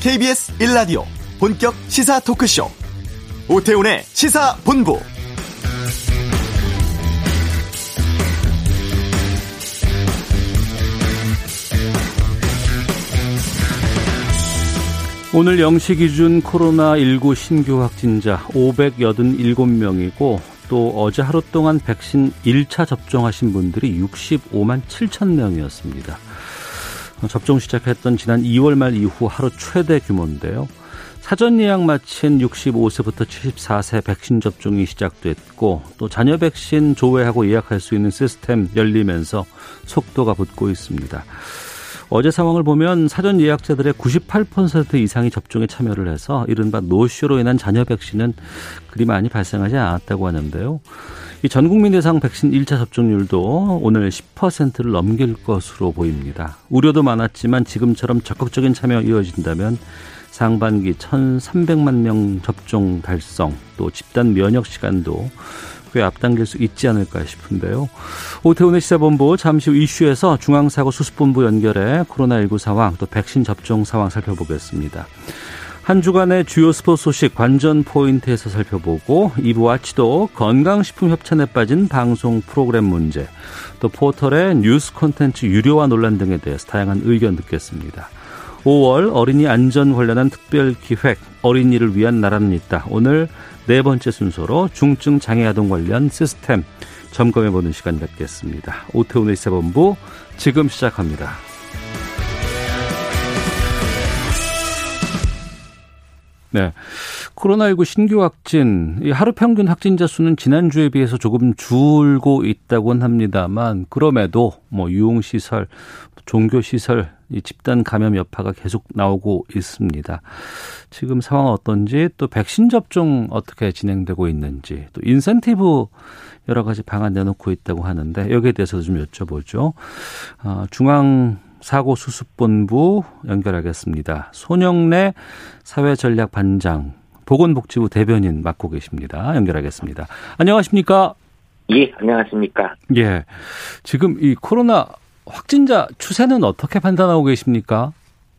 KBS 1라디오 본격 시사 토크쇼 오태훈의 시사본부 오늘 0시 기준 코로나19 신규 확진자 587명이고 또 어제 하루 동안 백신 1차 접종하신 분들이 65만 7천 명이었습니다. 어, 접종 시작했던 지난 2월 말 이후 하루 최대 규모인데요. 사전 예약 마친 65세부터 74세 백신 접종이 시작됐고 또 자녀 백신 조회하고 예약할 수 있는 시스템 열리면서 속도가 붙고 있습니다. 어제 상황을 보면 사전 예약자들의 98% 이상이 접종에 참여를 해서 이른바 노쇼로 인한 잔여 백신은 그리 많이 발생하지 않았다고 하는데요. 이 전 국민 대상 백신 1차 접종률도 오늘 10%를 넘길 것으로 보입니다. 우려도 많았지만 지금처럼 적극적인 참여 이어진다면 상반기 1,300만 명 접종 달성 또 집단 면역 시간도 꽤 앞당길 수 있지 않을까 싶은데요. 오태훈의 시사본부 잠시 후 이슈에서 중앙사고 수습본부 연결해 코로나19 상황 또 백신 접종 상황 살펴보겠습니다. 한 주간의 주요 스포츠 소식 관전 포인트에서 살펴보고 이부 와치도 건강식품 협찬에 빠진 방송 프로그램 문제 또 포털의 뉴스 콘텐츠 유료화 논란 등에 대해서 다양한 의견 듣겠습니다. 5월 어린이 안전 관련한 특별 기획 어린이를 위한 나라는 있다. 오늘 네 번째 순서로 중증 장애 아동 관련 시스템 점검해 보는 시간 갖겠습니다. 오태훈의 세본부 지금 시작합니다. 네. 코로나19 신규 확진, 이 하루 평균 확진자 수는 지난주에 비해서 조금 줄고 있다곤 합니다만, 그럼에도 뭐 유흥시설, 종교시설, 이 집단 감염 여파가 계속 나오고 있습니다. 지금 상황 어떤지, 또 백신 접종 어떻게 진행되고 있는지, 또 인센티브 여러 가지 방안 내놓고 있다고 하는데, 여기에 대해서 좀 여쭤보죠. 아, 중앙 사고수습본부 연결하겠습니다. 손영래 사회전략반장 보건복지부 대변인 맡고 계십니다. 연결하겠습니다. 안녕하십니까? 예, 안녕하십니까? 예. 지금 이 코로나 확진자 추세는 어떻게 판단하고 계십니까?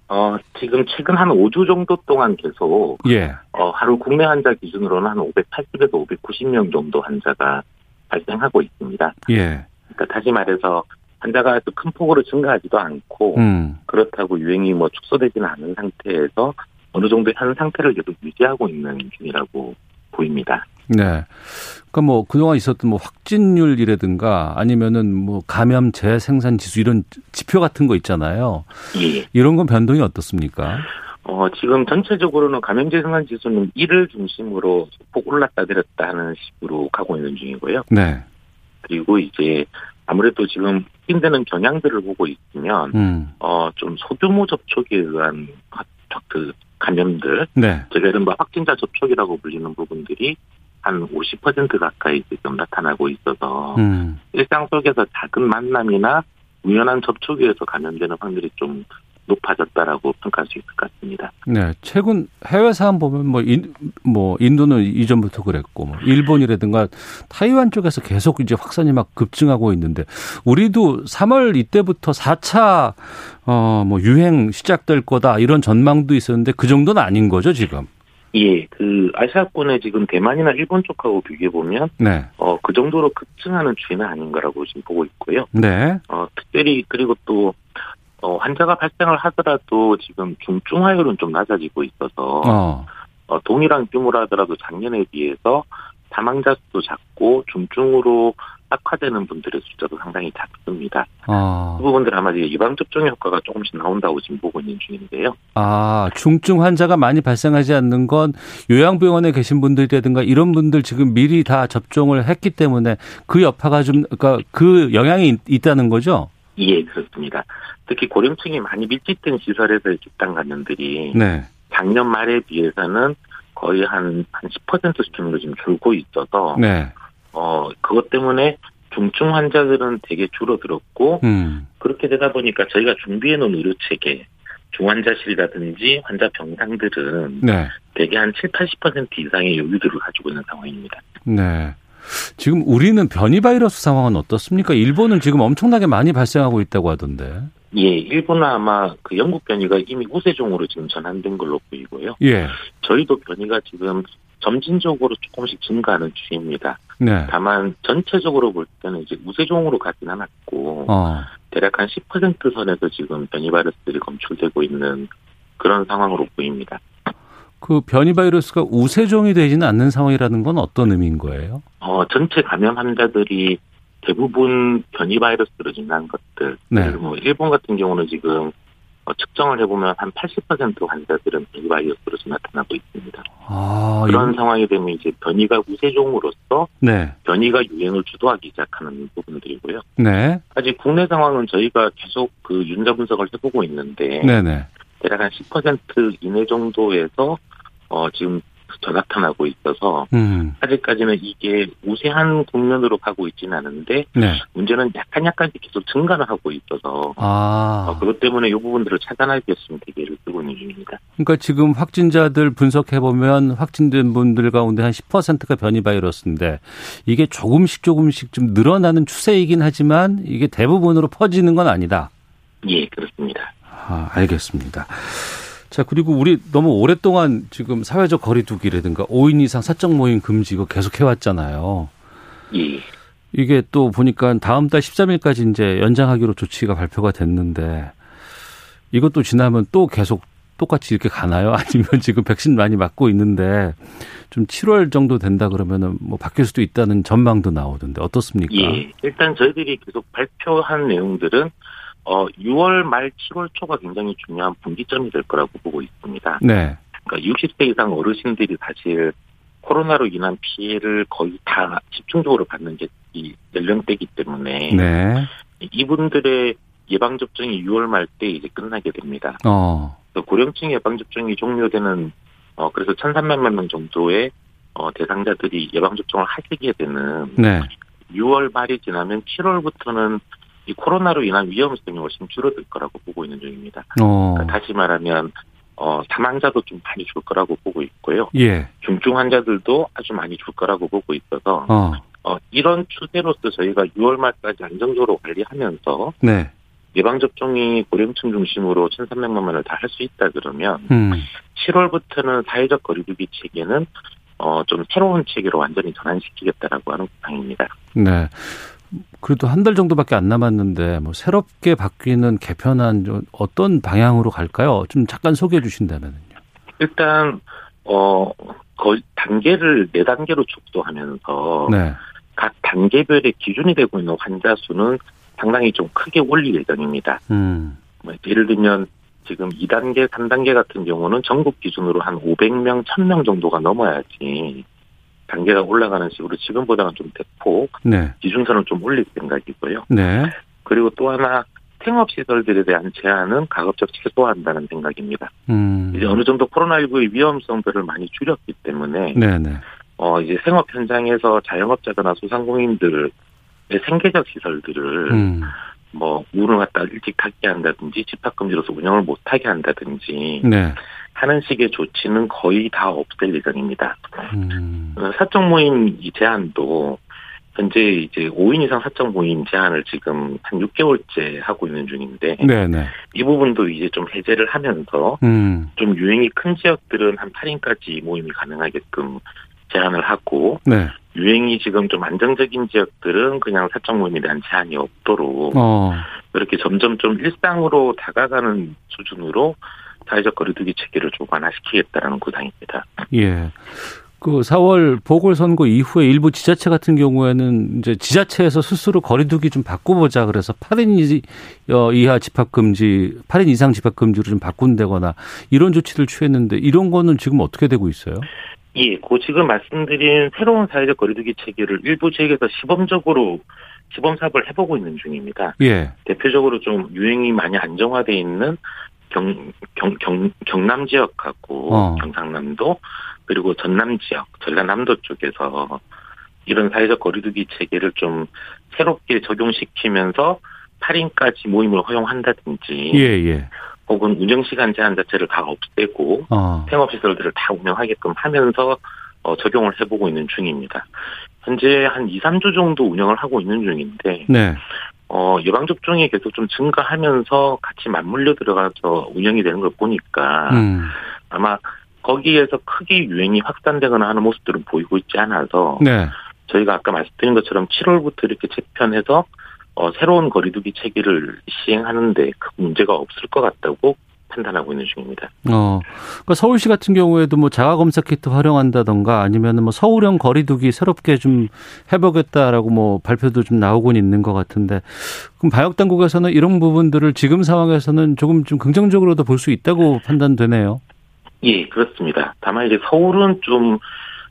어, 지금 최근 한 5주 정도 동안 계속 예. 어, 하루 국내 환자 기준으로는 한 580에서 590명 정도 환자가 발생하고 있습니다. 예. 그러니까 다시 말해서 환자가 또 큰 폭으로 증가하지도 않고 음. 그렇다고 유행이 뭐 축소되지는 않은 상태에서 어느 정도의 한 상태를 계속 유지하고 있는 중이라고 보입니다. 네. 그러니까 뭐 그동안 있었던 뭐 확진율이라든가 아니면은 뭐 감염 재생산 지수 이런 지표 같은 거 있잖아요. 예. 이런 건 변동이 어떻습니까? 어, 지금 전체적으로는 감염재생산 지수는 1을 중심으로 폭 올랐다 내렸다 하는 식으로 가고 있는 중이고요. 네. 그리고 이제 아무래도 지금 힘드는 경향들을 보고 있으면 음. 어 좀 소규모 접촉에 의한 확- 확- 그 감염들 네. 제가 이른바 확진자 접촉이라고 불리는 부분들이 한 50% 가까이 지금 나타나고 있어서 음. 일상 속에서 작은 만남이나 우연한 접촉에 의해서 감염되는 확률이 좀 높아졌다라고 평가할 수 있을 것 같습니다. 네, 최근 해외 사안 보면 뭐, 인, 뭐 인도는 이전부터 그랬고, 뭐 일본이라든가 타이완 쪽에서 계속 이제 확산이 막 급증하고 있는데, 우리도 3월 이때부터 4차 어, 뭐 유행 시작될 거다 이런 전망도 있었는데 그 정도는 아닌 거죠 지금. 예, 그 아시아권의 지금 대만이나 일본 쪽하고 비교해 보면 네, 어 그 정도로 급증하는 추이는 아닌 거라고 지금 보고 있고요. 네, 어, 특별히 그리고 또 어, 환자가 발생을 하더라도 지금 중증화율은 좀 낮아지고 있어서 어, 어, 동일한 규모라더라도 작년에 비해서 사망자 수도 작고 중증으로 악화되는 분들의 숫자도 상당히 작습니다. 그 어, 부분들 아마 이제 예방 접종 효과가 조금씩 나온다고 지금 보고 있는 중인데요. 아 중증 환자가 많이 발생하지 않는 건 요양병원에 계신 분들이라든가 이런 분들 지금 미리 다 접종을 했기 때문에 그 여파가 좀 그러니까 그 영향이 있- 있다는 거죠. 예, 그렇습니다. 특히 고령층이 많이 밀집된 시설에서의 집단 감염들이 네. 작년 말에 비해서는 거의 한, 한 10% 수준으로 지금 줄고 있어서 네. 어, 그것 때문에 중증 환자들은 되게 줄어들었고, 음. 그렇게 되다 보니까 저희가 준비해놓은 의료체계, 중환자실이라든지 환자 병상들은 네. 대개 한 7, 80% 이상의 여유들을 가지고 있는 상황입니다. 네. 지금 우리는 변이 바이러스 상황은 어떻습니까? 일본은 지금 엄청나게 많이 발생하고 있다고 하던데. 예, 일본은 아마 그 영국 변이가 이미 우세종으로 지금 전환된 걸로 보이고요. 예. 저희도 변이가 지금 점진적으로 조금씩 증가하는 추세입니다. 네. 다만 전체적으로 볼 때는 이제 우세종으로 가진 않았고 어. 대략 한 10% 선에서 지금 변이 바이러스들이 검출되고 있는 그런 상황으로 보입니다. 그 변이 바이러스가 우세종이 되지는 않는 상황이라는 건 어떤 의미인 거예요? 어, 전체 감염 환자들이 대부분 변이 바이러스로 진단 것들. 네. 예를 들면 뭐 일본 같은 경우는 지금 어, 측정을 해보면 한 80% 환자들은 변이 바이러스로 지금 나타나고 있습니다. 아, 그런 이- 상황이 되면 이제 변이가 우세종으로서 네. 변이가 유행을 주도하기 시작하는 부분들이고요. 네. 아직 국내 상황은 저희가 계속 그 유전자 분석을 해보고 있는데 네, 네. 대략 한 10% 이내 정도에서 어, 지금 더 나타나고 있어서 음. 아직까지는 이게 우세한 국면으로 가고 있지는 않은데 네. 문제는 약간 약간 계속 증가를 하고 있어서 어, 아. 그것 때문에 이 부분들을 차단하기 위해서 좀 대기를 두고 있는 중입니다. 그러니까 지금 확진자들 분석해 보면 확진된 분들 가운데 한 10%가 변이 바이러스인데 이게 조금씩 조금씩 좀 늘어나는 추세이긴 하지만 이게 대부분으로 퍼지는 건 아니다. 예, 그렇습니다. 아, 알겠습니다. 자, 그리고 우리 너무 오랫동안 지금 사회적 거리두기라든가 5인 이상 사적 모임 금지 이거 계속 해왔잖아요. 예, 이게 또 보니까 다음 달 13일까지 이제 연장하기로 조치가 발표가 됐는데 이것도 지나면 또 계속 똑같이 이렇게 가나요? 아니면 지금 백신 많이 맞고 있는데 좀 7월 정도 된다 그러면은 뭐 바뀔 수도 있다는 전망도 나오던데 어떻습니까? 예. 일단 저희들이 계속 발표한 내용들은 어, 6월 말 7월 초가 굉장히 중요한 분기점이 될 거라고 보고 있습니다. 네. 그러니까 60세 이상 어르신들이 사실 코로나로 인한 피해를 거의 다 집중적으로 받는 게 이 연령대이기 때문에 네. 이분들의 예방 접종이 6월 말 때 이제 끝나게 됩니다. 어. 그래서 고령층 예방 접종이 종료되는 어 그래서 1,300만 명 정도의 어 대상자들이 예방 접종을 하게 되는 네. 6월 말이 지나면 7월부터는 이 코로나로 인한 위험성이 훨씬 줄어들 거라고 보고 있는 중입니다. 어. 그러니까 다시 말하면 어 사망자도 좀 많이 줄 거라고 보고 있고요. 예. 중증 환자들도 아주 많이 줄 거라고 보고 있어서 어. 어 이런 추세로서 저희가 6월 말까지 안정적으로 관리하면서 네. 예방접종이 고령층 중심으로 1,300만 명을 다 할 수 있다 그러면 음. 7월부터는 사회적 거리두기 체계는 어, 좀 새로운 체계로 완전히 전환시키겠다라고 하는 방입니다. 네. 그래도 한 달 정도밖에 안 남았는데 뭐 새롭게 바뀌는 개편안 좀 어떤 방향으로 갈까요? 좀 잠깐 소개해 주신다면요. 일단 어, 거의 단계를 네단계로 축소하면서 네. 각 단계별의 기준이 되고 있는 환자 수는 상당히 좀 크게 올릴 예정입니다. 음. 뭐 예를 들면 지금 2단계, 3단계 같은 경우는 전국 기준으로 한 500명, 1000명 정도가 넘어야지 단계가 올라가는 식으로 지금보다는 좀 대폭 네. 기준선을 좀 올릴 생각이고요. 네. 그리고 또 하나 생업시설들에 대한 제한은 가급적 최소화한다는 생각입니다. 음. 이제 어느 정도 코로나19의 위험성들을 많이 줄였기 때문에 네, 네. 어 이제 생업 현장에서 자영업자거나 소상공인들의 생계적 시설들을 음. 뭐 문을 갖다 일찍 닫게 한다든지 집합금지로서 운영을 못하게 한다든지 네. 하는 식의 조치는 거의 다 없앨 예정입니다. 음. 어, 사적 모임 이 제한도 현재 이제 5인 이상 사적 모임 제한을 지금 한 6개월째 하고 있는 중인데 네, 네. 이 부분도 이제 좀 해제를 하면서 음. 좀 유행이 큰 지역들은 한 8인까지 모임이 가능하게끔 제한을 하고 네. 유행이 지금 좀 안정적인 지역들은 그냥 사적 모임에 대한 제한이 없도록 어. 이렇게 점점 좀 일상으로 다가가는 수준으로 사회적 거리두기 체계를 좀 완화시키겠다라는 구상입니다. 예. 그 4월 보궐선거 이후에 일부 지자체 같은 경우에는 이제 지자체에서 스스로 거리두기 좀 바꿔보자 그래서 8인 이- 어, 이하 집합금지, 8인 이상 집합금지로 좀 바꾼다거나 이런 조치를 취했는데 이런 거는 지금 어떻게 되고 있어요? 예, 고 지금 말씀드린 새로운 사회적 거리두기 체계를 일부 지역에서 시범적으로 시범 사업을 해보고 있는 중입니다. 예. 대표적으로 좀 유행이 많이 안정화돼 있는 경, 경, 경, 경남 지역하고 어. 경상남도 그리고 전남 지역, 전라남도 쪽에서 이런 사회적 거리두기 체계를 좀 새롭게 적용시키면서 8인까지 모임을 허용한다든지 예, 예. 혹은 운영시간 제한 자체를 다 없애고 어. 생업시설들을 다 운영하게끔 하면서 어, 적용을 해보고 있는 중입니다. 현재 한 2, 3주 정도 운영을 하고 있는 중인데 네. 어, 어, 예방접종이 계속 좀 증가하면서 같이 맞물려 들어가서 운영이 되는 걸 보니까 음. 아마 거기에서 크게 유행이 확산되거나 하는 모습들은 보이고 있지 않아서 네. 저희가 아까 말씀드린 것처럼 7월부터 이렇게 재편해서 어, 새로운 거리두기 체계를 시행하는데 큰 문제가 없을 것 같다고 판단하고 있는 중입니다. 어. 그러니까 서울시 같은 경우에도 뭐 자가 검사 키트 활용한다던가 아니면은 뭐 서울형 거리두기 새롭게 좀 해보겠다라고 뭐 발표도 좀 나오곤 있는 것 같은데 그럼 방역 당국에서는 이런 부분들을 지금 상황에서는 조금 좀 긍정적으로도 볼 수 있다고 판단되네요. 예, 그렇습니다. 다만 이제 서울은 좀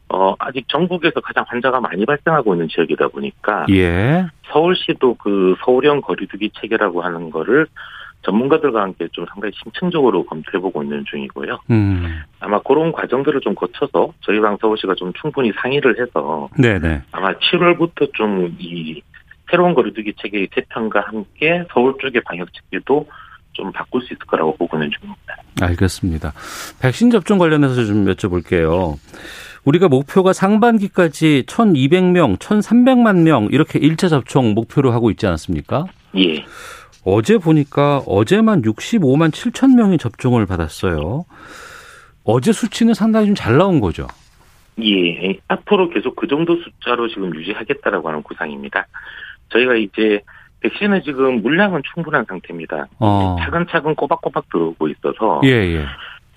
어, 아직 전국에서 가장 환자가 많이 발생하고 있는 지역이다 보니까 예. 서울시도 그 서울형 거리두기 체계라고 하는 거를 전문가들과 함께 좀 상당히 심층적으로 검토해보고 있는 중이고요. 음. 아마 그런 과정들을 좀 거쳐서 저희 방 서울시가 좀 충분히 상의를 해서 네네. 아마 7월부터 좀 이 새로운 거리두기 체계의 재편과 함께 서울 쪽의 방역 체계도 좀 바꿀 수 있을 거라고 보고 있는 중입니다. 알겠습니다. 백신 접종 관련해서 좀 여쭤볼게요. 우리가 목표가 상반기까지 1,200명, 1,300만 명 이렇게 일차 접종 목표로 하고 있지 않습니까? 예, 어제 보니까 어제만 65만 7천 명이 접종을 받았어요. 어제 수치는 상당히 좀 잘 나온 거죠. 예. 앞으로 계속 그 정도 숫자로 지금 유지하겠다라고 하는 구상입니다. 저희가 이제 백신은 지금 물량은 충분한 상태입니다. 어. 차근차근 꼬박꼬박 들어오고 있어서 예, 예.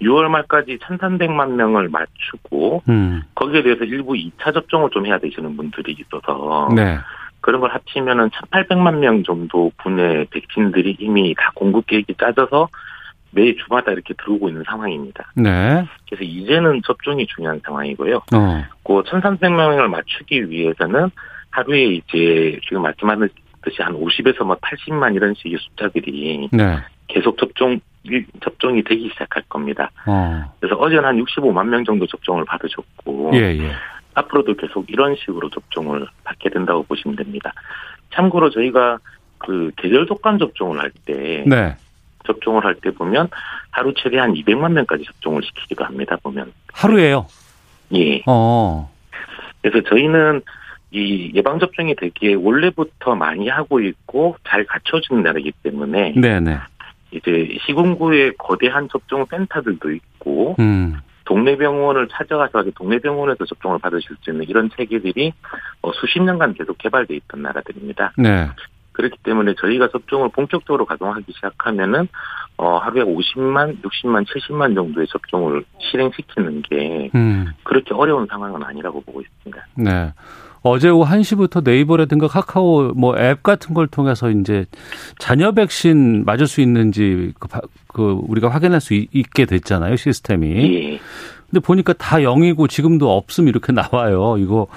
6월 말까지 1,300만 명을 맞추고 음. 거기에 대해서 일부 2차 접종을 좀 해야 되시는 분들이 있어서 네. 그런 걸 합치면은 1,800만 명 정도 분의 백신들이 이미 다 공급 계획이 짜져서 매 주마다 이렇게 들어오고 있는 상황입니다. 네. 그래서 이제는 접종이 중요한 상황이고요. 어. 그 1,300명을 맞추기 위해서는 하루에 이제 지금 말씀하듯이 한 50에서 뭐 80만 이런 식의 숫자들이 네. 계속 접종 접종이 되기 시작할 겁니다. 어. 그래서 어제는 한 65만 명 정도 접종을 받으셨고 예, 예. 앞으로도 계속 이런 식으로 접종을 받게 된다고 보시면 됩니다. 참고로 저희가 그 계절 독감 접종을 할 때 네. 접종을 할 때 보면 하루 최대한 200만 명까지 접종을 시키기도 합니다. 보면 하루에요. 예. 어. 그래서 저희는 이 예방 접종이 되기에 원래부터 많이 하고 있고 잘 갖춰진 나라이기 때문에 네, 네. 이제 시군구에 거대한 접종 센터들도 있고 음. 동네 병원을 찾아가서 아주 동네 병원에서 접종을 받으실 수 있는 이런 체계들이 어, 수십 년간 계속 개발돼 있던 나라들입니다. 네. 그렇기 때문에 저희가 접종을 본격적으로 가동하기 시작하면은 어, 하루에 50만, 60만, 70만 정도의 접종을 실행시키는 게 음. 그렇게 어려운 상황은 아니라고 보고 있습니다. 네. 어제 오후 1시부터 네이버라든가 카카오 뭐 앱 같은 걸 통해서 이제 자녀 백신 맞을 수 있는지 그, 바- 그 우리가 확인할 수 있- 있게 됐잖아요, 시스템이. 예. 근데 보니까 다 0이고 지금도 없음 이렇게 나와요. 이거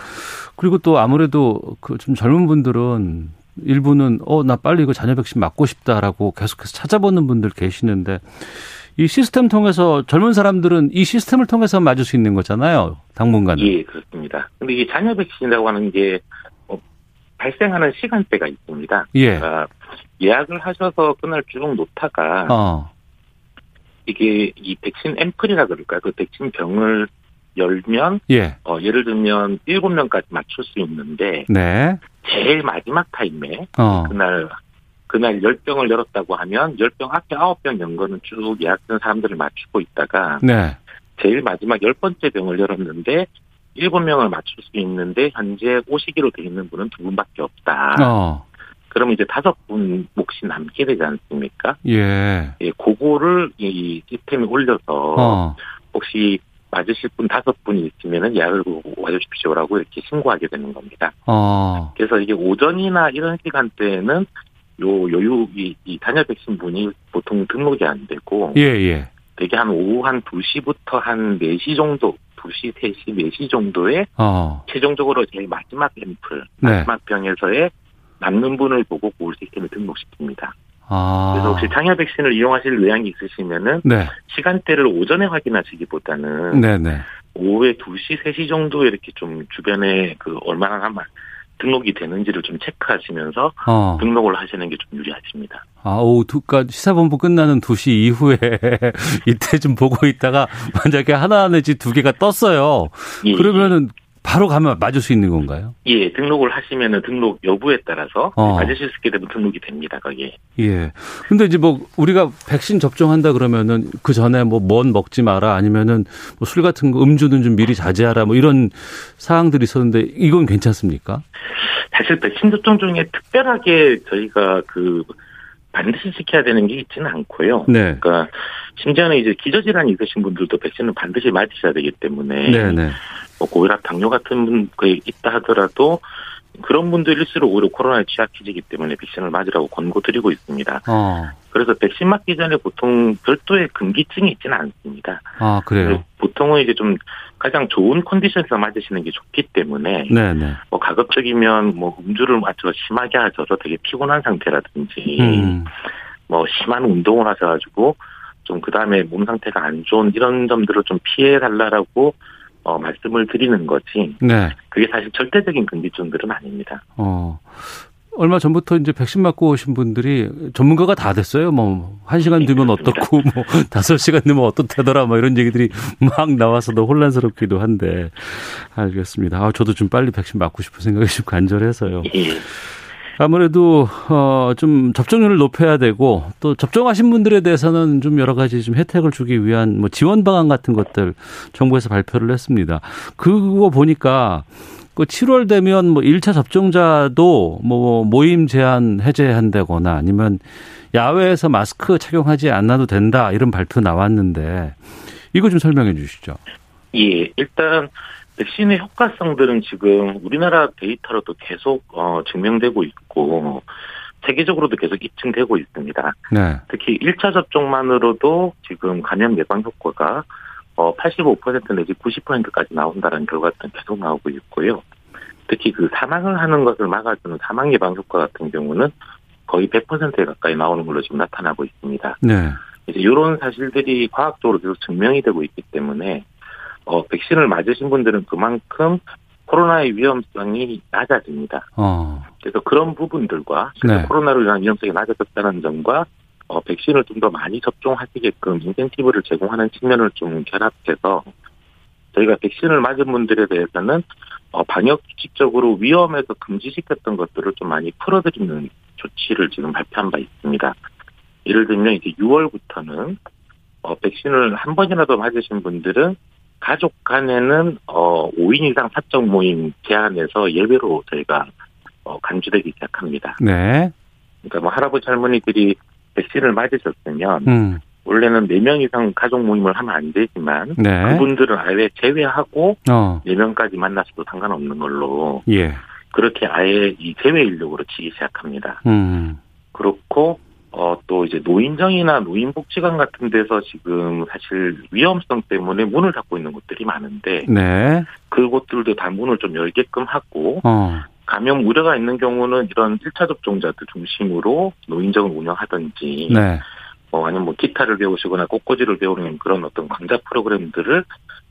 그리고 또 아무래도 그 좀 젊은 분들은 일부는 어, 나 빨리 이거 자녀 백신 맞고 싶다라고 계속해서 찾아보는 분들 계시는데 이 시스템 통해서 젊은 사람들은 이 시스템을 통해서 맞을 수 있는 거잖아요. 당분간은. 예, 그렇습니다. 근데 이 잔여 백신이라고 하는 게 어, 발생하는 시간대가 있습니다. 예. 그러니까 예약을 하셔서 그날 쭉 놓다가 어. 이게 이 백신 앰플이라 그럴까요? 그 백신 병을 열면 예. 어, 예를 들면 일곱 명까지 맞출 수 있는데 네. 제일 마지막 타임에 어. 그날 그날 열 병을 열었다고 하면 열 병 앞에 아홉 병 연 거는 쭉 예약된 사람들을 맞추고 있다가 네. 제일 마지막 열 번째 병을 열었는데 일곱 명을 맞출 수 있는데 현재 오시기로 돼 있는 분은 두 분밖에 없다. 어. 그러면 이제 다섯 분 몫이 남게 되지 않습니까? 예. 예, 그거를 이 시스템에 올려서 어. 혹시 맞으실 분 다섯 분이 있으면은 예약을 와주십시오라고 이렇게 신고하게 되는 겁니다. 어. 그래서 이게 오전이나 이런 시간대에는 요 여유 이, 이 단열 백신 분이 보통 등록이 안 되고 예, 예. 되게 한 오후 한 2시부터 한 4시 정도, 2시, 3시, 4시 정도에 어. 최종적으로 제일 마지막 앰플, 네. 마지막 병에서의 남는 분을 보고 고울 시스템에 등록시킵니다. 아. 그래서 혹시 장열 백신을 이용하실 의향이 있으시면은 네. 시간대를 오전에 확인하시기보다는 네, 네. 오후에 2시, 3시 정도에 이렇게 좀 주변에 그 얼마나 한 마- 등록이 되는지를 좀 체크하시면서 어. 등록을 하시는 게 좀 유리하십니다. 아, 오후 두까 시사본부 끝나는 2시 이후에 이때 좀 보고 있다가 만약에 하나 내지 두 개가 떴어요. 예. 그러면은 바로 가면 맞을 수 있는 건가요? 예, 등록을 하시면은 등록 여부에 따라서 어. 맞으실 수 있게 되면 등록이 됩니다. 거기. 예. 근데 이제 뭐 우리가 백신 접종한다 그러면은 그 전에 뭐 뭔 먹지 마라 아니면은 뭐 술 같은 거 음주는 좀 미리 자제하라 뭐 이런 사항들이 있었는데 이건 괜찮습니까? 사실 그 백신 접종 중에 특별하게 저희가 그 반드시 지켜야 되는 게 있지는 않고요. 네. 그러니까 심지어는 이제 기저질환이 있으신 분들도 백신을 반드시 맞으셔야 되기 때문에 네, 네. 뭐 고혈압, 당뇨 같은 분 거의 있다 하더라도 그런 분들일수록 오히려 코로나에 취약해지기 때문에 백신을 맞으라고 권고드리고 있습니다. 어. 그래서 백신 맞기 전에 보통 별도의 금기증이 있지는 않습니다. 아, 그래요. 보통은 이제 좀 가장 좋은 컨디션에서 맞으시는 게 좋기 때문에 네, 네. 뭐 가급적이면 뭐 음주를 마셔서 심하게 하셔서 되게 피곤한 상태라든지 음. 뭐 심한 운동을 하셔가지고 좀 그다음에 몸 상태가 안 좋은 이런 점들을 좀 피해 달라라고 어, 말씀을 드리는 거지 네. 그게 사실 절대적인 금기준들은 아닙니다. 어. 얼마 전부터 이제 백신 맞고 오신 분들이 전문가가 다 됐어요. 뭐, 한시간 되면 어떻고, 뭐, 다섯 시간 되면 어떻다더라, 뭐, 이런 얘기들이 막 나와서 너 혼란스럽기도 한데. 알겠습니다. 아, 저도 좀 빨리 백신 맞고 싶은 생각이 좀 간절해서요. 예. 아무래도, 어, 좀 접종률을 높여야 되고, 또 접종하신 분들에 대해서는 좀 여러 가지 좀 혜택을 주기 위한 뭐 지원 방안 같은 것들 정부에서 발표를 했습니다. 그거 보니까 그 7월 되면 뭐 1차 접종자도 뭐 모임 제한 해제한다거나 아니면 야외에서 마스크 착용하지 않아도 된다 이런 발표 나왔는데 이거 좀 설명해 주시죠. 예, 일단 백신의 효과성들은 지금 우리나라 데이터로도 계속 어, 증명되고 있고 세계적으로도 계속 입증되고 있습니다. 네. 특히 1차 접종만으로도 지금 감염 예방 효과가 어, 85% 내지 90%까지 나온다는 결과들은 계속 나오고 있고요. 특히 그 사망을 하는 것을 막아주는 사망 예방 효과 같은 경우는 거의 100%에 가까이 나오는 걸로 지금 나타나고 있습니다. 네. 이제 이런 사실들이 과학적으로 계속 증명이 되고 있기 때문에 어, 백신을 맞으신 분들은 그만큼 코로나의 위험성이 낮아집니다. 어. 그래서 그런 부분들과 실제 네. 코로나로 인한 위험성이 낮아졌다는 점과 어, 백신을 좀 더 많이 접종하시게끔 인센티브를 제공하는 측면을 좀 결합해서 저희가 백신을 맞은 분들에 대해서는 어, 방역 규칙적으로 위험에서 금지시켰던 것들을 좀 많이 풀어드리는 조치를 지금 발표한 바 있습니다. 예를 들면 이제 6월부터는 어, 백신을 한 번이라도 맞으신 분들은 가족 간에는 어, 5인 이상 사적 모임 제한에서 예외로 저희가 어, 간주되기 시작합니다. 네. 그러니까 뭐 할아버지 할머니들이 백신을 맞으셨으면 음. 원래는 4명 이상 가족 모임을 하면 안 되지만 네. 그분들은 아예 제외하고 어. 4명까지 만나서도 상관없는 걸로 예. 그 렇게 아예 이 제외 인력으로 치기 시작합니다. 음 그렇고 어, 또 이제 노인정이나 노인복지관 같은 데서 지금 사실 위험성 때문에 문을 닫고 있는 곳들이 많은데 네. 그곳들도 다 문을 좀 열게끔 하고 어. 감염 우려가 있는 경우는 이런 1차 접종자들 중심으로 노인정을 운영하든지 네. 뭐 아니면 뭐 기타를 배우시거나 꽃꽂이를 배우는 그런 어떤 강좌 프로그램들을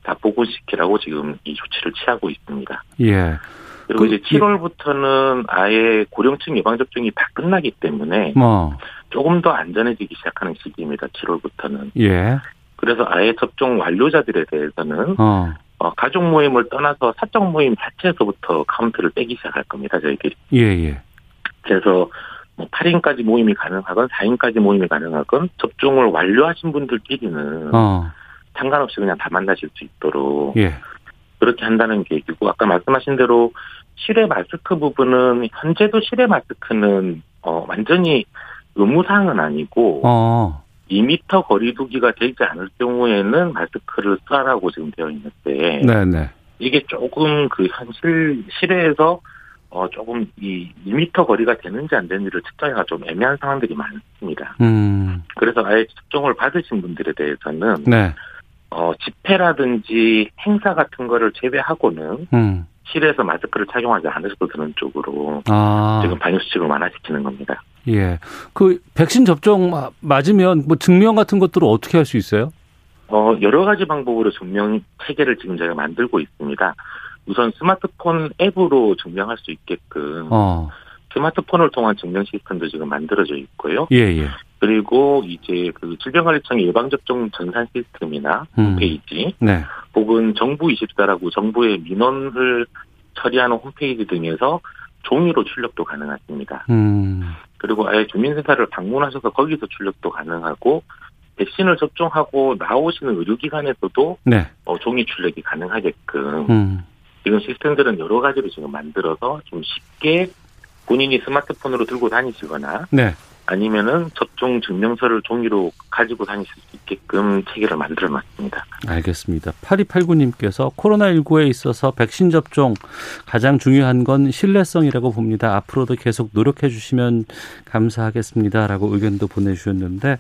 다 복원시키라고 지금 이 조치를 취하고 있습니다. 예. 그리고 그- 이제 7월부터는 아예 고령층 예방접종이 다 끝나기 때문에 뭐. 조금 더 안전해지기 시작하는 시기입니다. 7월부터는. 예. 그래서 아예 접종 완료자들에 대해서는 어. 어, 가족 모임을 떠나서 사적 모임 자체에서부터 카운트를 빼기 시작할 겁니다. 저희들이. 예, 예. 그래서 뭐 8인까지 모임이 가능하건 4인까지 모임이 가능하건 접종을 완료하신 분들끼리는 어. 상관없이 그냥 다 만나실 수 있도록 예. 그렇게 한다는 계획이고 아까 말씀하신 대로 실외 마스크 부분은 현재도 실외 마스크는 어, 완전히 의무사항은 아니고 어. 2미터 거리두기가 되지 않을 경우에는 마스크를 쓰라고 지금 되어 있는데 네, 네. 이게 조금 그 현실 실외에서 어 조금 이 2미터 거리가 되는지 안 되는지를 측정하기가 좀 애매한 상황들이 많습니다. 음. 그래서 아예 접종을 받으신 분들에 대해서는 네. 어 집회라든지 행사 같은 거를 제외하고는 음. 실외에서 마스크를 착용하지 않으셔도 되는 쪽으로 아. 지금 방역 수칙을 완화시키는 겁니다. 예. 그 백신 접종 마- 맞으면 뭐 증명 같은 것들을 어떻게 할 수 있어요? 어, 여러 가지 방법으로 증명 체계를 지금 저희가 만들고 있습니다. 우선 스마트폰 앱으로 증명할 수 있게끔 어. 스마트폰을 통한 증명 시스템도 지금 만들어져 있고요. 예, 예. 그리고 이제 그 질병관리청 예방접종 전산 시스템이나 음. 홈페이지 네. 혹은 정부24라고 정부의 민원을 처리하는 홈페이지 등에서 종이로 출력도 가능하십니다. 음. 그리고 아예 주민센터를 방문하셔서 거기서 출력도 가능하고 백신을 접종하고 나오시는 의료기관에서도 네. 어, 종이 출력이 가능하게끔 음. 이런 시스템들은 여러 가지로 지금 만들어서 좀 쉽게 본인이 스마트폰으로 들고 다니시거나 네. 아니면은 접종 증명서를 종이로 가지고 다니실 수 있게끔 체계를 만들어 놨습니다. 알겠습니다. 8289님께서 코로나19에 있어서 백신 접종 가장 중요한 건 신뢰성이라고 봅니다. 앞으로도 계속 노력해 주시면 감사하겠습니다. 라고 의견도 보내주셨는데,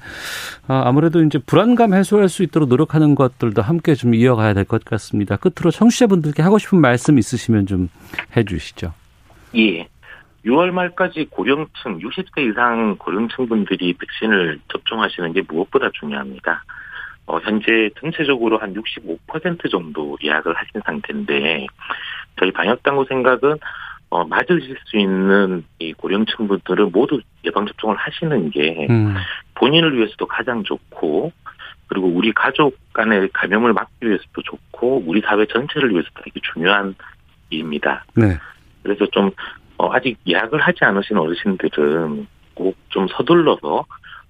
아, 아무래도 이제 불안감 해소할 수 있도록 노력하는 것들도 함께 좀 이어가야 될 것 같습니다. 끝으로 청취자분들께 하고 싶은 말씀 있으시면 좀 해 주시죠. 예. 6월 말까지 고령층, 60세 이상 고령층 분들이 백신을 접종하시는 게 무엇보다 중요합니다. 어, 현재 전체적으로 한 65% 정도 예약을 하신 상태인데, 저희 방역당국 생각은, 어, 맞으실 수 있는 이 고령층 분들을 모두 예방접종을 하시는 게 음, 본인을 위해서도 가장 좋고, 그리고 우리 가족 간의 감염을 막기 위해서도 좋고, 우리 사회 전체를 위해서도 되게 중요한 일입니다. 네. 그래서 좀 어, 아직 예약을 하지 않으신 어르신들은 꼭 좀 서둘러서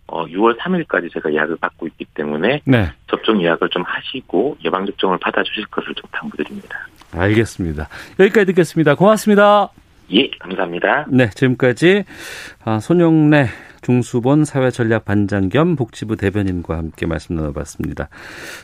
어, 6월 3일까지 제가 예약을 받고 있기 때문에 네. 접종 예약을 좀 하시고 예방 접종을 받아주실 것을 좀 당부드립니다. 알겠습니다. 여기까지 듣겠습니다. 고맙습니다. 예, 감사합니다. 네, 지금까지 아, 손영래 중수본 사회전략반장 겸 복지부 대변인과 함께 말씀 나눠봤습니다.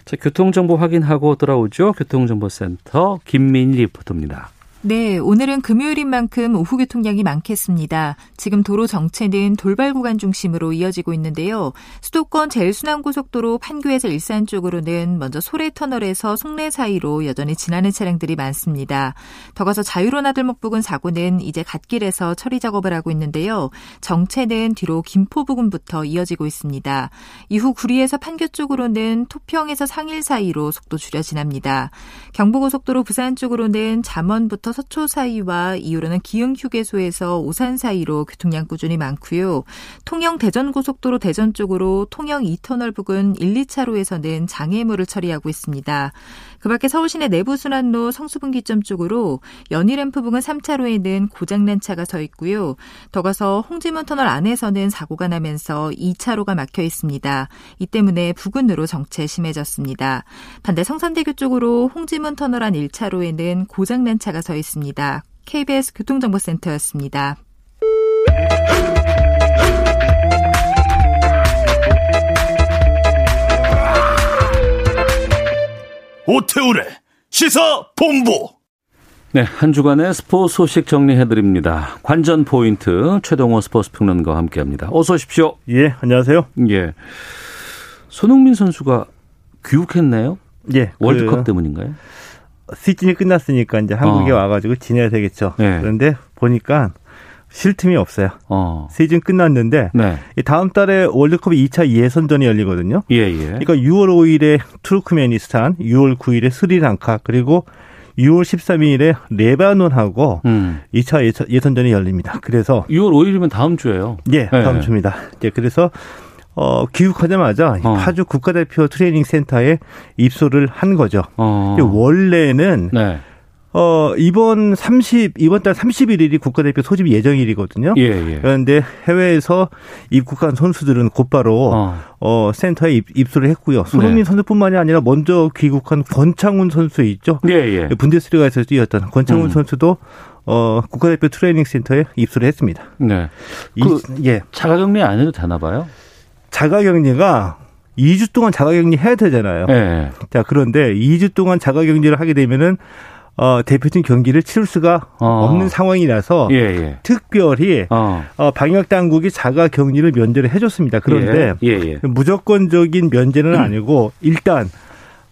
자, 교통정보 확인하고 돌아오죠. 교통정보센터 김민희 리포터입니다. 네, 오늘은 금요일인 만큼 오후 교통량이 많겠습니다. 지금 도로 정체는 돌발 구간 중심으로 이어지고 있는데요. 수도권 제일순환고속도로 판교에서 일산 쪽으로는 먼저 소래터널에서 송내 사이로 여전히 지나는 차량들이 많습니다. 더 가서 자유로나들목 부근 사고는 이제 갓길에서 처리 작업을 하고 있는데요. 정체는 뒤로 김포 부근부터 이어지고 있습니다. 이후 구리에서 판교 쪽으로는 토평에서 상일 사이로 속도 줄여 지납니다. 경부고속도로 부산 쪽으로는 잠원부터 서초 사이와 이후로는 기흥 휴게소에서 오산 사이로 교통량 꾸준히 많고요. 통영 대전고속도로 대전 쪽으로 통영 2터널 부근 1, 2차로에서는 장애물을 처리하고 있습니다. 그 밖에 서울시내 내부순환로 성수분기점 쪽으로 연희램프 부근 3차로에는 고장난 차가 서 있고요. 더 가서 홍지문 터널 안에서는 사고가 나면서 2차로가 막혀 있습니다. 이 때문에 부근으로 정체 심해졌습니다. 반대 성산대교 쪽으로 홍지문 터널 안 1차로에는 고장난 차가 서 있습니다. KBS 교통정보센터였습니다. 오태우래 시사 본부. 네, 한 주간의 스포츠 소식 정리해드립니다. 관전 포인트 최동호 스포츠 평론가와 함께합니다. 어서 오십시오. 예, 안녕하세요. 예. 손흥민 선수가 귀국했네요. 예, 월드컵 그 때문인가요? 시즌이 끝났으니까 이제 한국에 어. 와가지고 지내야 되겠죠. 네. 그런데 보니까 쉴 틈이 없어요. 어. 시즌 끝났는데 네. 이 다음 달에 월드컵 2차 예선전이 열리거든요. 예, 예. 그러니까 6월 5일에 투르크메니스탄, 6월 9일에 스리랑카, 그리고 6월 13일에 레바논하고 음. 2차 예선- 예선전이 열립니다. 그래서 6월 5일이면 다음 주예요. 예, 다음 네. 주입니다. 예, 그래서 어, 귀국하자마자 이 어. 파주 국가대표 트레이닝 센터에 입소를 한 거죠. 어. 근데 원래는 네. 어, 이번 30, 이번 달 31일이 국가대표 소집 예정일이거든요. 예, 예. 그런데 해외에서 입국한 선수들은 곧바로 어. 어. 센터에 입, 입소를 했고요. 손흥민 네. 선수뿐만이 아니라 먼저 귀국한 권창훈 선수 있죠. 그 예, 예. 분데스리가에서 뛰었던 권창훈 음. 선수도 어, 국가대표 트레이닝 센터에 입소를 했습니다. 네. 이- 그- 예. 자가격리 안 해도 되나 봐요. 자가격리가 2주 동안 자가격리 해야 되잖아요. 예. 예. 자, 그런데 2주 동안 자가격리를 하게 되면은 어, 대표팀 경기를 치를 수가 어. 없는 상황이라서 예, 예. 특별히 어. 어, 방역 당국이 자가 격리를 면제를 해줬습니다. 그런데 예, 예. 음. 예. 무조건적인 면제는 아니고 일단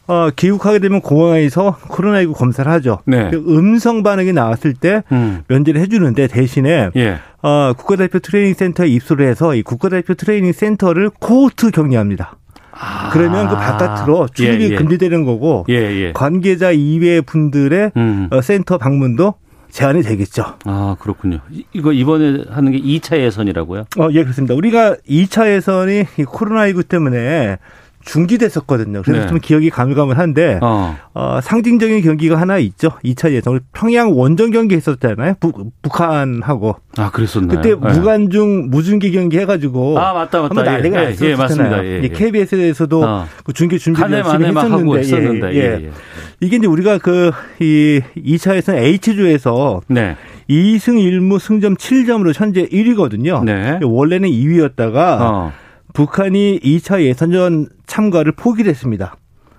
어, 귀국하게 되면 공항에서 코로나19 검사를 하죠. 네. 그 음성 반응이 나왔을 때 음. 면제를 해주는데 대신에 예. 어, 국가대표 트레이닝 센터에 입소를 해서 이 국가대표 트레이닝 센터를 코호트 격리합니다. 그러면 그 바깥으로 출입이 아. 예, 예. 금지되는 거고 예, 예. 관계자 이외 분들의 음. 어, 센터 방문도 제한이 되겠죠. 아, 그렇군요. 이- 이거 이번에 하는 게 2차 예선이라고요? 어, 예, 그렇습니다. 우리가 2차 예선이 이 코로나19 때문에 중지됐었거든요. 그래서 네. 좀 기억이 가물가물한데 어. 어, 상징적인 경기가 하나 있죠. 2차 예선 평양 원정 경기 했었잖아요. 북, 북한하고 아, 그랬었나요? 그때 예. 무관중 무중계 경기 해가지고 아, 맞다, 맞다. 한번 예, 난리가 예, 났었잖아요. 예, 맞습니다. 예, 예. KBS에서도 어. 그 중계 준비 한해 열심히 만에 막 하고 했었는데, 했었는데. 예, 예. 이게 이제 우리가 그이 2차 예선 H조에서 네. 2승 1무 승점 7점으로 현재 1위거든요. 네. 원래는 2위였다가 어. 북한이 2차 예선전 참가를 포기를 했습니다.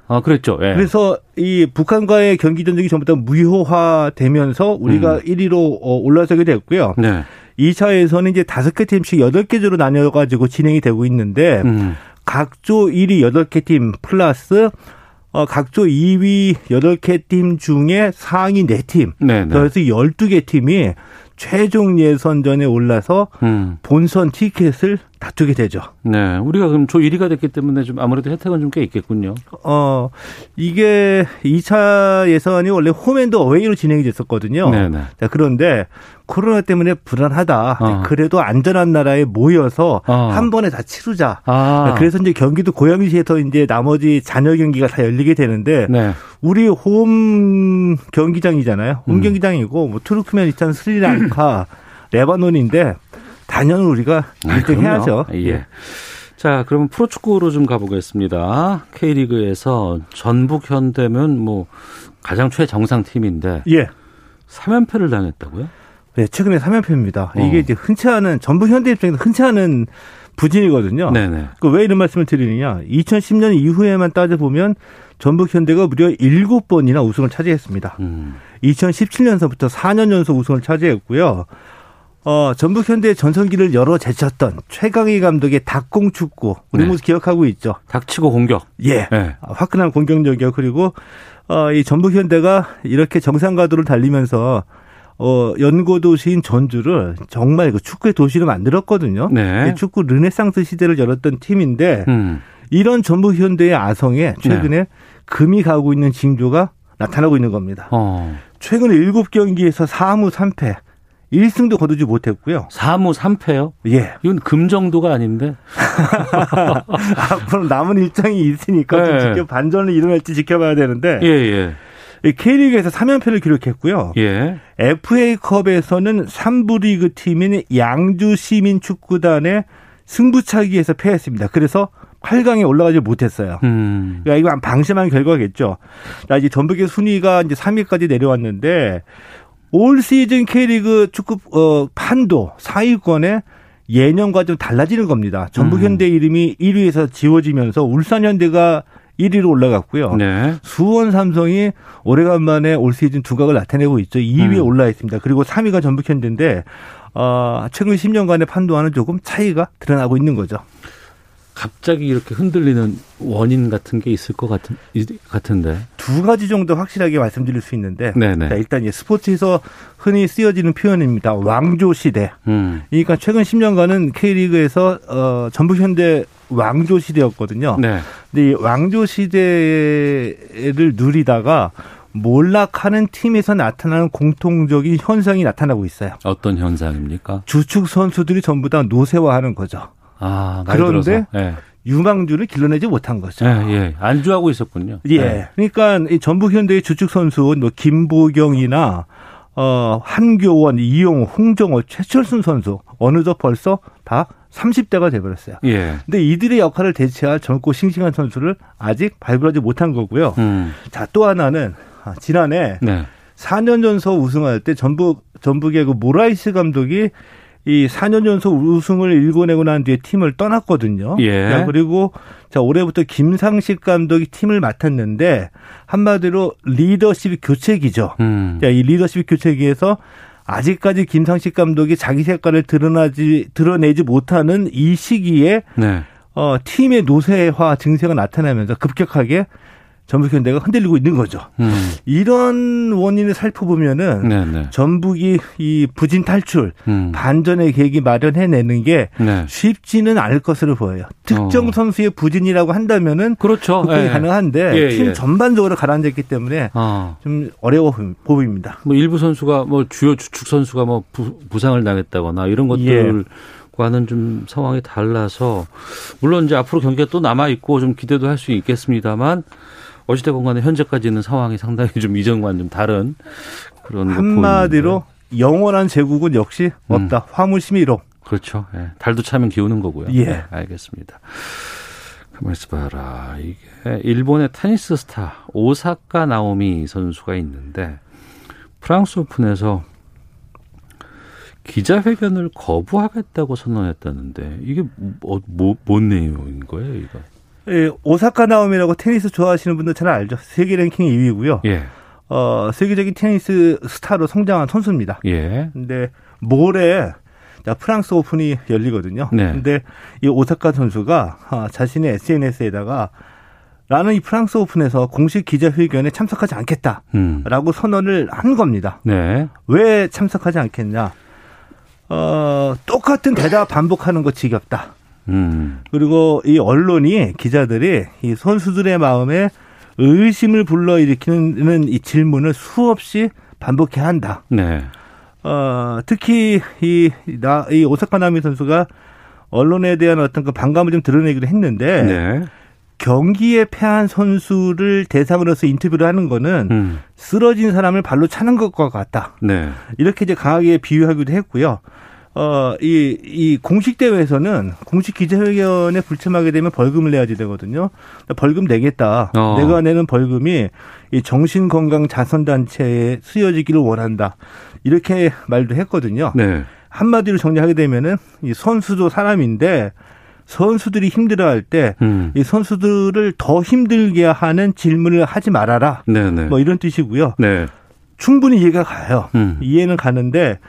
아, 그랬죠. 예. 그래서 이 북한과의 경기 전쟁이 전부 다 무효화되면서 우리가 음. 1위로 어, 올라서게 됐고요. 네. 2차에서는 이제 다섯 개 팀씩 여덟 개 조로 나뉘어 가지고 진행이 되고 있는데 음. 각조 1위 여덟 개 팀 플러스 어, 각조 2위 여덟 개 팀 중에 상위 네 팀 네, 네. 그래서 12개 팀이 최종 예선전에 올라서 음. 본선 티켓을 다투게 되죠. 네. 우리가 그럼 조 1위가 됐기 때문에 좀 아무래도 혜택은 좀 꽤 있겠군요. 어, 이게 2차 예선이 원래 홈앤드 어웨이로 진행이 됐었거든요. 네네. 자, 그런데 코로나 때문에 불안하다. 어. 그래도 안전한 나라에 모여서 어. 한 번에 다 치르자. 아. 그래서 이제 경기도 고양시에서 이제 나머지 잔여 경기가 다 열리게 되는데 네. 우리 홈 경기장이잖아요. 음. 홈 경기장이고 뭐 투르크메니스탄, 스리랑카, 레바논인데 당연히 우리가 아, 1등 그럼요. 해야죠. 예. 자, 그러면 프로축구로 좀 가보겠습니다. K리그에서 전북 현대면 뭐 가장 최정상 팀인데 예. 3연패를 당했다고요? 네, 최근에 3연패입니다. 어. 이게 이제 흔치 않은 전북 현대 입장에서 흔치 않은 부진이거든요. 네네. 그 왜 이런 말씀을 드리느냐? 2010년 이후에만 따져보면 전북 현대가 무려 7번이나 우승을 차지했습니다. 음. 2017년서부터 4년 연속 우승을 차지했고요. 어, 전북 현대의 전성기를 열어 제쳤던 최강희 감독의 닭공 축구. 우리 네. 모두 기억하고 있죠. 닥치고 공격. 예. 네. 아, 화끈한 공격력이요. 그리고 어, 이 전북 현대가 이렇게 정상가도를 달리면서 어, 연고 도시인 전주를 정말 그 축구의 도시로 만들었거든요. 네. 이 축구 르네상스 시대를 열었던 팀인데 음. 네. 이런 전북 현대의 아성에 최근에 금이 가고 있는 징조가 나타나고 있는 겁니다. 어. 최근 7경기에서 4무 3패 1승도 거두지 못했고요. 4무 3패요? 예. 이건 금정도가 아닌데. 앞으로 남은 일정이 있으니까 좀 네. 지켜 반전을 일어날지 지켜봐야 되는데 예, 예. 이 K리그에서 3연패를 기록했고요. 예. FA컵에서는 3부 리그 팀인 양주 시민축구단의 승부차기에서 패했습니다. 그래서 8강에 올라가지 못했어요. 음. 야, 이건 방심한 결과겠죠. 자, 이제 전북의 순위가 이제 3위까지 내려왔는데 올 시즌 K리그 축구 어, 판도 4위권에 예년과 좀 달라지는 겁니다. 전북 음. 현대 이름이 1위에서 지워지면서 울산 현대가 1위로 올라갔고요. 네. 수원 삼성이 오래간만에 올 시즌 두각을 나타내고 있죠. 2위에 음. 올라 있습니다. 그리고 3위가 전북 현대인데 어, 최근 10년간의 판도와는 조금 차이가 드러나고 있는 거죠. 갑자기 이렇게 흔들리는 원인 같은 게 있을 것 같은, 이- 같은데. 두 가지 정도 확실하게 말씀드릴 수 있는데 네네. 자, 일단 이 스포츠에서 흔히 쓰여지는 표현입니다. 왕조 시대. 음. 그러니까 최근 10년간은 K리그에서 어, 전북 현대 왕조 시대였거든요. 네. 근데 이 왕조 시대를 누리다가 몰락하는 팀에서 나타나는 공통적인 현상이 나타나고 있어요. 어떤 현상입니까? 주축 선수들이 전부 다 노쇠화하는 거죠. 아, 나이 그런데 들어서. 예. 유망주를 길러내지 못한 거죠. 예, 예. 안주하고 있었군요. 아. 예. 예. 그러니까 이 전북 현대의 주축 선수 뭐 김보경이나 어 한교원, 이용호, 홍정호, 최철순 선수 어느덧 벌써 다 30대가 돼 버렸어요. 예. 근데 이들의 역할을 대체할 젊고 싱싱한 선수를 아직 발굴하지 못한 거고요. 음. 자, 또 하나는 아, 지난해 네. 4년 연속 우승할 때 전북 전북의 그 모라이스 감독이 이 4년 연속 우승을 일궈내고 난 뒤에 팀을 떠났거든요. 예. 자, 그리고 자 올해부터 김상식 감독이 팀을 맡았는데 한마디로 리더십 교체기죠. 음. 자, 이 리더십 교체기에서 아직까지 김상식 감독이 자기 색깔을 드러나지 드러내지 못하는 이 시기에 네. 어, 팀의 노쇠화 증세가 나타나면서 급격하게 전북현대가 흔들리고 있는 거죠. 음. 이런 원인을 살펴보면은 네, 네. 전북이 이 부진 탈출 음. 반전의 계획이 마련해내는 게 네. 쉽지는 않을 것으로 보여요. 특정 어. 선수의 부진이라고 한다면은 그렇죠. 극복이 예. 가능한데 예, 팀 예. 전반적으로 가라앉았기 때문에 아. 좀 어려워 보- 보입니다. 예. 뭐 일부 선수가 뭐 주요 주축 선수가 뭐 부, 부상을 당했다거나 이런 것들과 과는 좀 상황이 달라서 물론 이제 앞으로 경기가 또 남아 있고 좀 기대도 할 수 있겠습니다만 어찌됐건 간에 현재까지는 상황이 상당히 좀 이전과는 좀 다른 그런 거 한마디로 영원한 제국은 역시 없다. 음. 화물심이로. 그렇죠. 예. 달도 차면 기우는 거고요. 예. 네, 알겠습니다. 가만 있어봐라. 이게 일본의 테니스 스타 오사카 나오미 선수가 있는데 프랑스 오픈에서 기자회견을 거부하겠다고 선언했다는데 이게 뭐, 뭐- 뭔 내용인 거예요, 이거? 예, 오사카 나오미라고 테니스 좋아하시는 분들 잘 알죠. 세계 랭킹 2위고요. 예, 어, 세계적인 테니스 스타로 성장한 선수입니다. 예, 근데 모레 자, 프랑스 오픈이 열리거든요. 네. 근데 이 오사카 선수가 아, 자신의 SNS에다가 나는 이 프랑스 오픈에서 공식 기자회견에 참석하지 않겠다라고 음, 선언을 한 겁니다. 네, 왜 참석하지 않겠냐? 어, 똑같은 대답 반복하는 거 지겹다. 음, 그리고 이 언론이 기자들이 이 선수들의 마음에 의심을 불러일으키는 이 질문을 수없이 반복해야 한다. 네, 어, 특히 이, 나, 이 오사카 나미 선수가 언론에 대한 어떤 그 반감을 좀 드러내기도 했는데 네, 경기에 패한 선수를 대상으로서 인터뷰를 하는 거는 음, 쓰러진 사람을 발로 차는 것과 같다. 네, 이렇게 이제 강하게 비유하기도 했고요. 어, 이, 이 공식 대회에서는 공식 기자회견에 불참하게 되면 벌금을 내야지 되거든요. 그러니까 벌금 내겠다. 어. 내가 내는 벌금이 이 정신건강 자선단체에 쓰여지기를 원한다. 이렇게 말도 했거든요. 네, 한마디로 정리하게 되면은 이 선수도 사람인데 선수들이 힘들어할 때 이 음, 선수들을 더 힘들게 하는 질문을 하지 말아라. 네, 네, 뭐 이런 뜻이고요. 네, 충분히 이해가 가요. 음. 이해는 가는데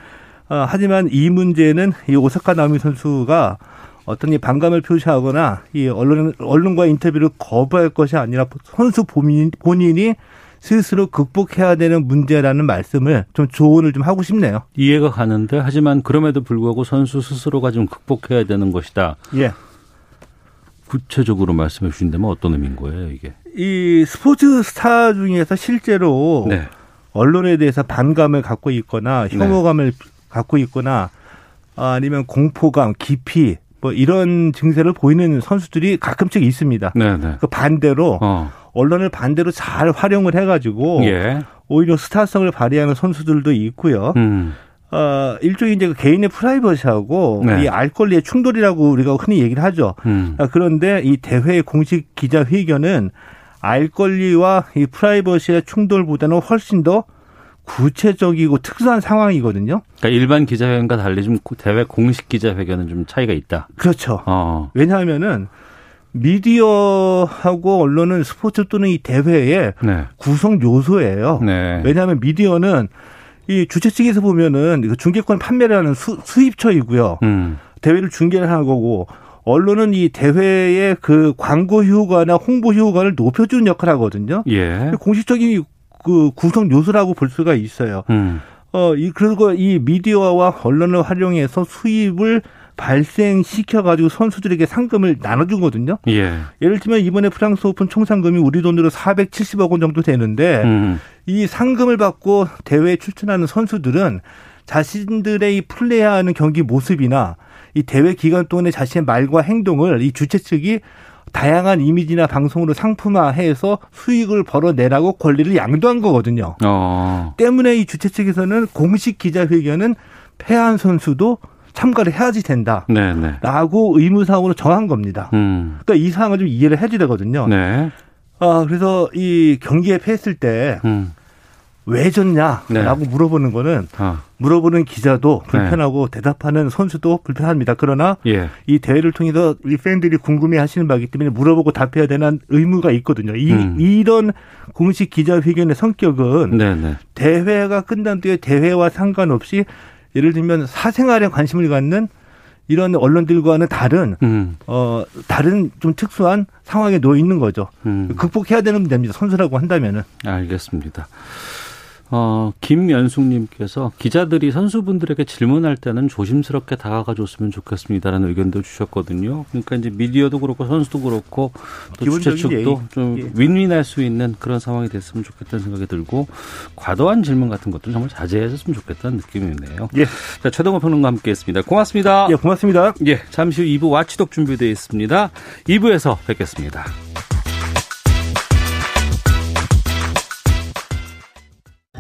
어, 하지만 이 문제는 이 오사카 나미 선수가 어떤 이 반감을 표시하거나 이 언론 언론과 인터뷰를 거부할 것이 아니라 선수 본인, 본인이 스스로 극복해야 되는 문제라는 말씀을 좀 조언을 좀 하고 싶네요. 이해가 가는데 하지만 그럼에도 불구하고 선수 스스로가 좀 극복해야 되는 것이다. 예. 구체적으로 말씀해 주신다면 어떤 의미인 거예요, 이게? 이 스포츠 스타 중에서 실제로 네. 언론에 대해서 반감을 갖고 있거나 혐오감을 갖고 있거나 아니면 공포감, 기피 뭐 이런 증세를 보이는 선수들이 가끔씩 있습니다. 네, 네. 그 반대로 어. 언론을 반대로 잘 활용을 해가지고 예. 오히려 스타성을 발휘하는 선수들도 있고요. 음. 어, 일종의 이제 그 개인의 프라이버시하고 네. 이 알권리의 충돌이라고 우리가 흔히 얘기를 하죠. 음. 아, 그런데 이 대회 공식 기자 회견은 알 권리와 이 프라이버시의 충돌보다는 훨씬 더 구체적이고 특수한 상황이거든요. 그러니까 일반 기자회견과 달리 좀 대회 공식 기자회견은 좀 차이가 있다. 그렇죠. 어. 왜냐하면은 미디어하고 언론은 스포츠 또는 이 대회의 네. 구성 요소예요. 네. 왜냐하면 미디어는 이 주최 측에서 보면은 이거 중계권 판매를 하는 수, 수입처이고요. 음. 대회를 중계를 하는 거고 언론은 이 대회의 그 광고 효과나 홍보 효과를 높여주는 역할을 하거든요. 예. 공식적인 그 구성 요소라고 볼 수가 있어요. 음. 어, 이, 그리고 이 미디어와 언론을 활용해서 수입을 발생시켜가지고 선수들에게 상금을 나눠주거든요. 예. 예를 들면 이번에 프랑스 오픈 총상금이 우리 돈으로 470억 원 정도 되는데 음. 이 상금을 받고 대회에 출전하는 선수들은 자신들의 이 플레이하는 경기 모습이나 이 대회 기간 동안에 자신의 말과 행동을 이 주최 측이 다양한 이미지나 방송으로 상품화해서 수익을 벌어내라고 권리를 양도한 거거든요. 어. 때문에 이 주최 측에서는 공식 기자회견은 패한 선수도 참가를 해야지 된다. 네, 네. 라고 의무사항으로 정한 겁니다. 음. 그러니까 이 사항을 좀 이해를 해줘야 되거든요. 네. 아, 그래서 이 경기에 패했을 때 음. 왜 네. 졌냐라고 물어보는 거는 아. 물어보는 기자도 불편하고 대답하는 선수도 불편합니다. 그러나 네. 예. 이 대회를 통해서 이 팬들이 궁금해하시는 바이기 때문에 물어보고 답해야 되는 의무가 있거든요. 이, 음. 이런 공식 기자회견의 성격은 네, 네. 대회가 끝난 뒤에 대회와 상관없이 예를 들면 사생활에 관심을 갖는 이런 언론들과는 다른 음. 어 다른 좀 특수한 상황에 놓여 있는 거죠. 음. 극복해야 되는 문제입니다. 선수라고 한다면은. 알겠습니다. 어, 김연숙님께서 기자들이 선수분들에게 질문할 때는 조심스럽게 다가가 줬으면 좋겠습니다라는 의견도 주셨거든요. 그러니까 이제 미디어도 그렇고 선수도 그렇고 또 주최 기본적인 측도 예의. 좀 예. 윈윈할 수 있는 그런 상황이 됐으면 좋겠다는 생각이 들고 과도한 질문 같은 것들 정말 자제했으면 좋겠다는 느낌이네요. 예. 자, 최동호 평론가 함께했습니다. 고맙습니다. 예, 고맙습니다. 예, 잠시 후 2부 와치독 준비되어 있습니다. 2부에서 뵙겠습니다.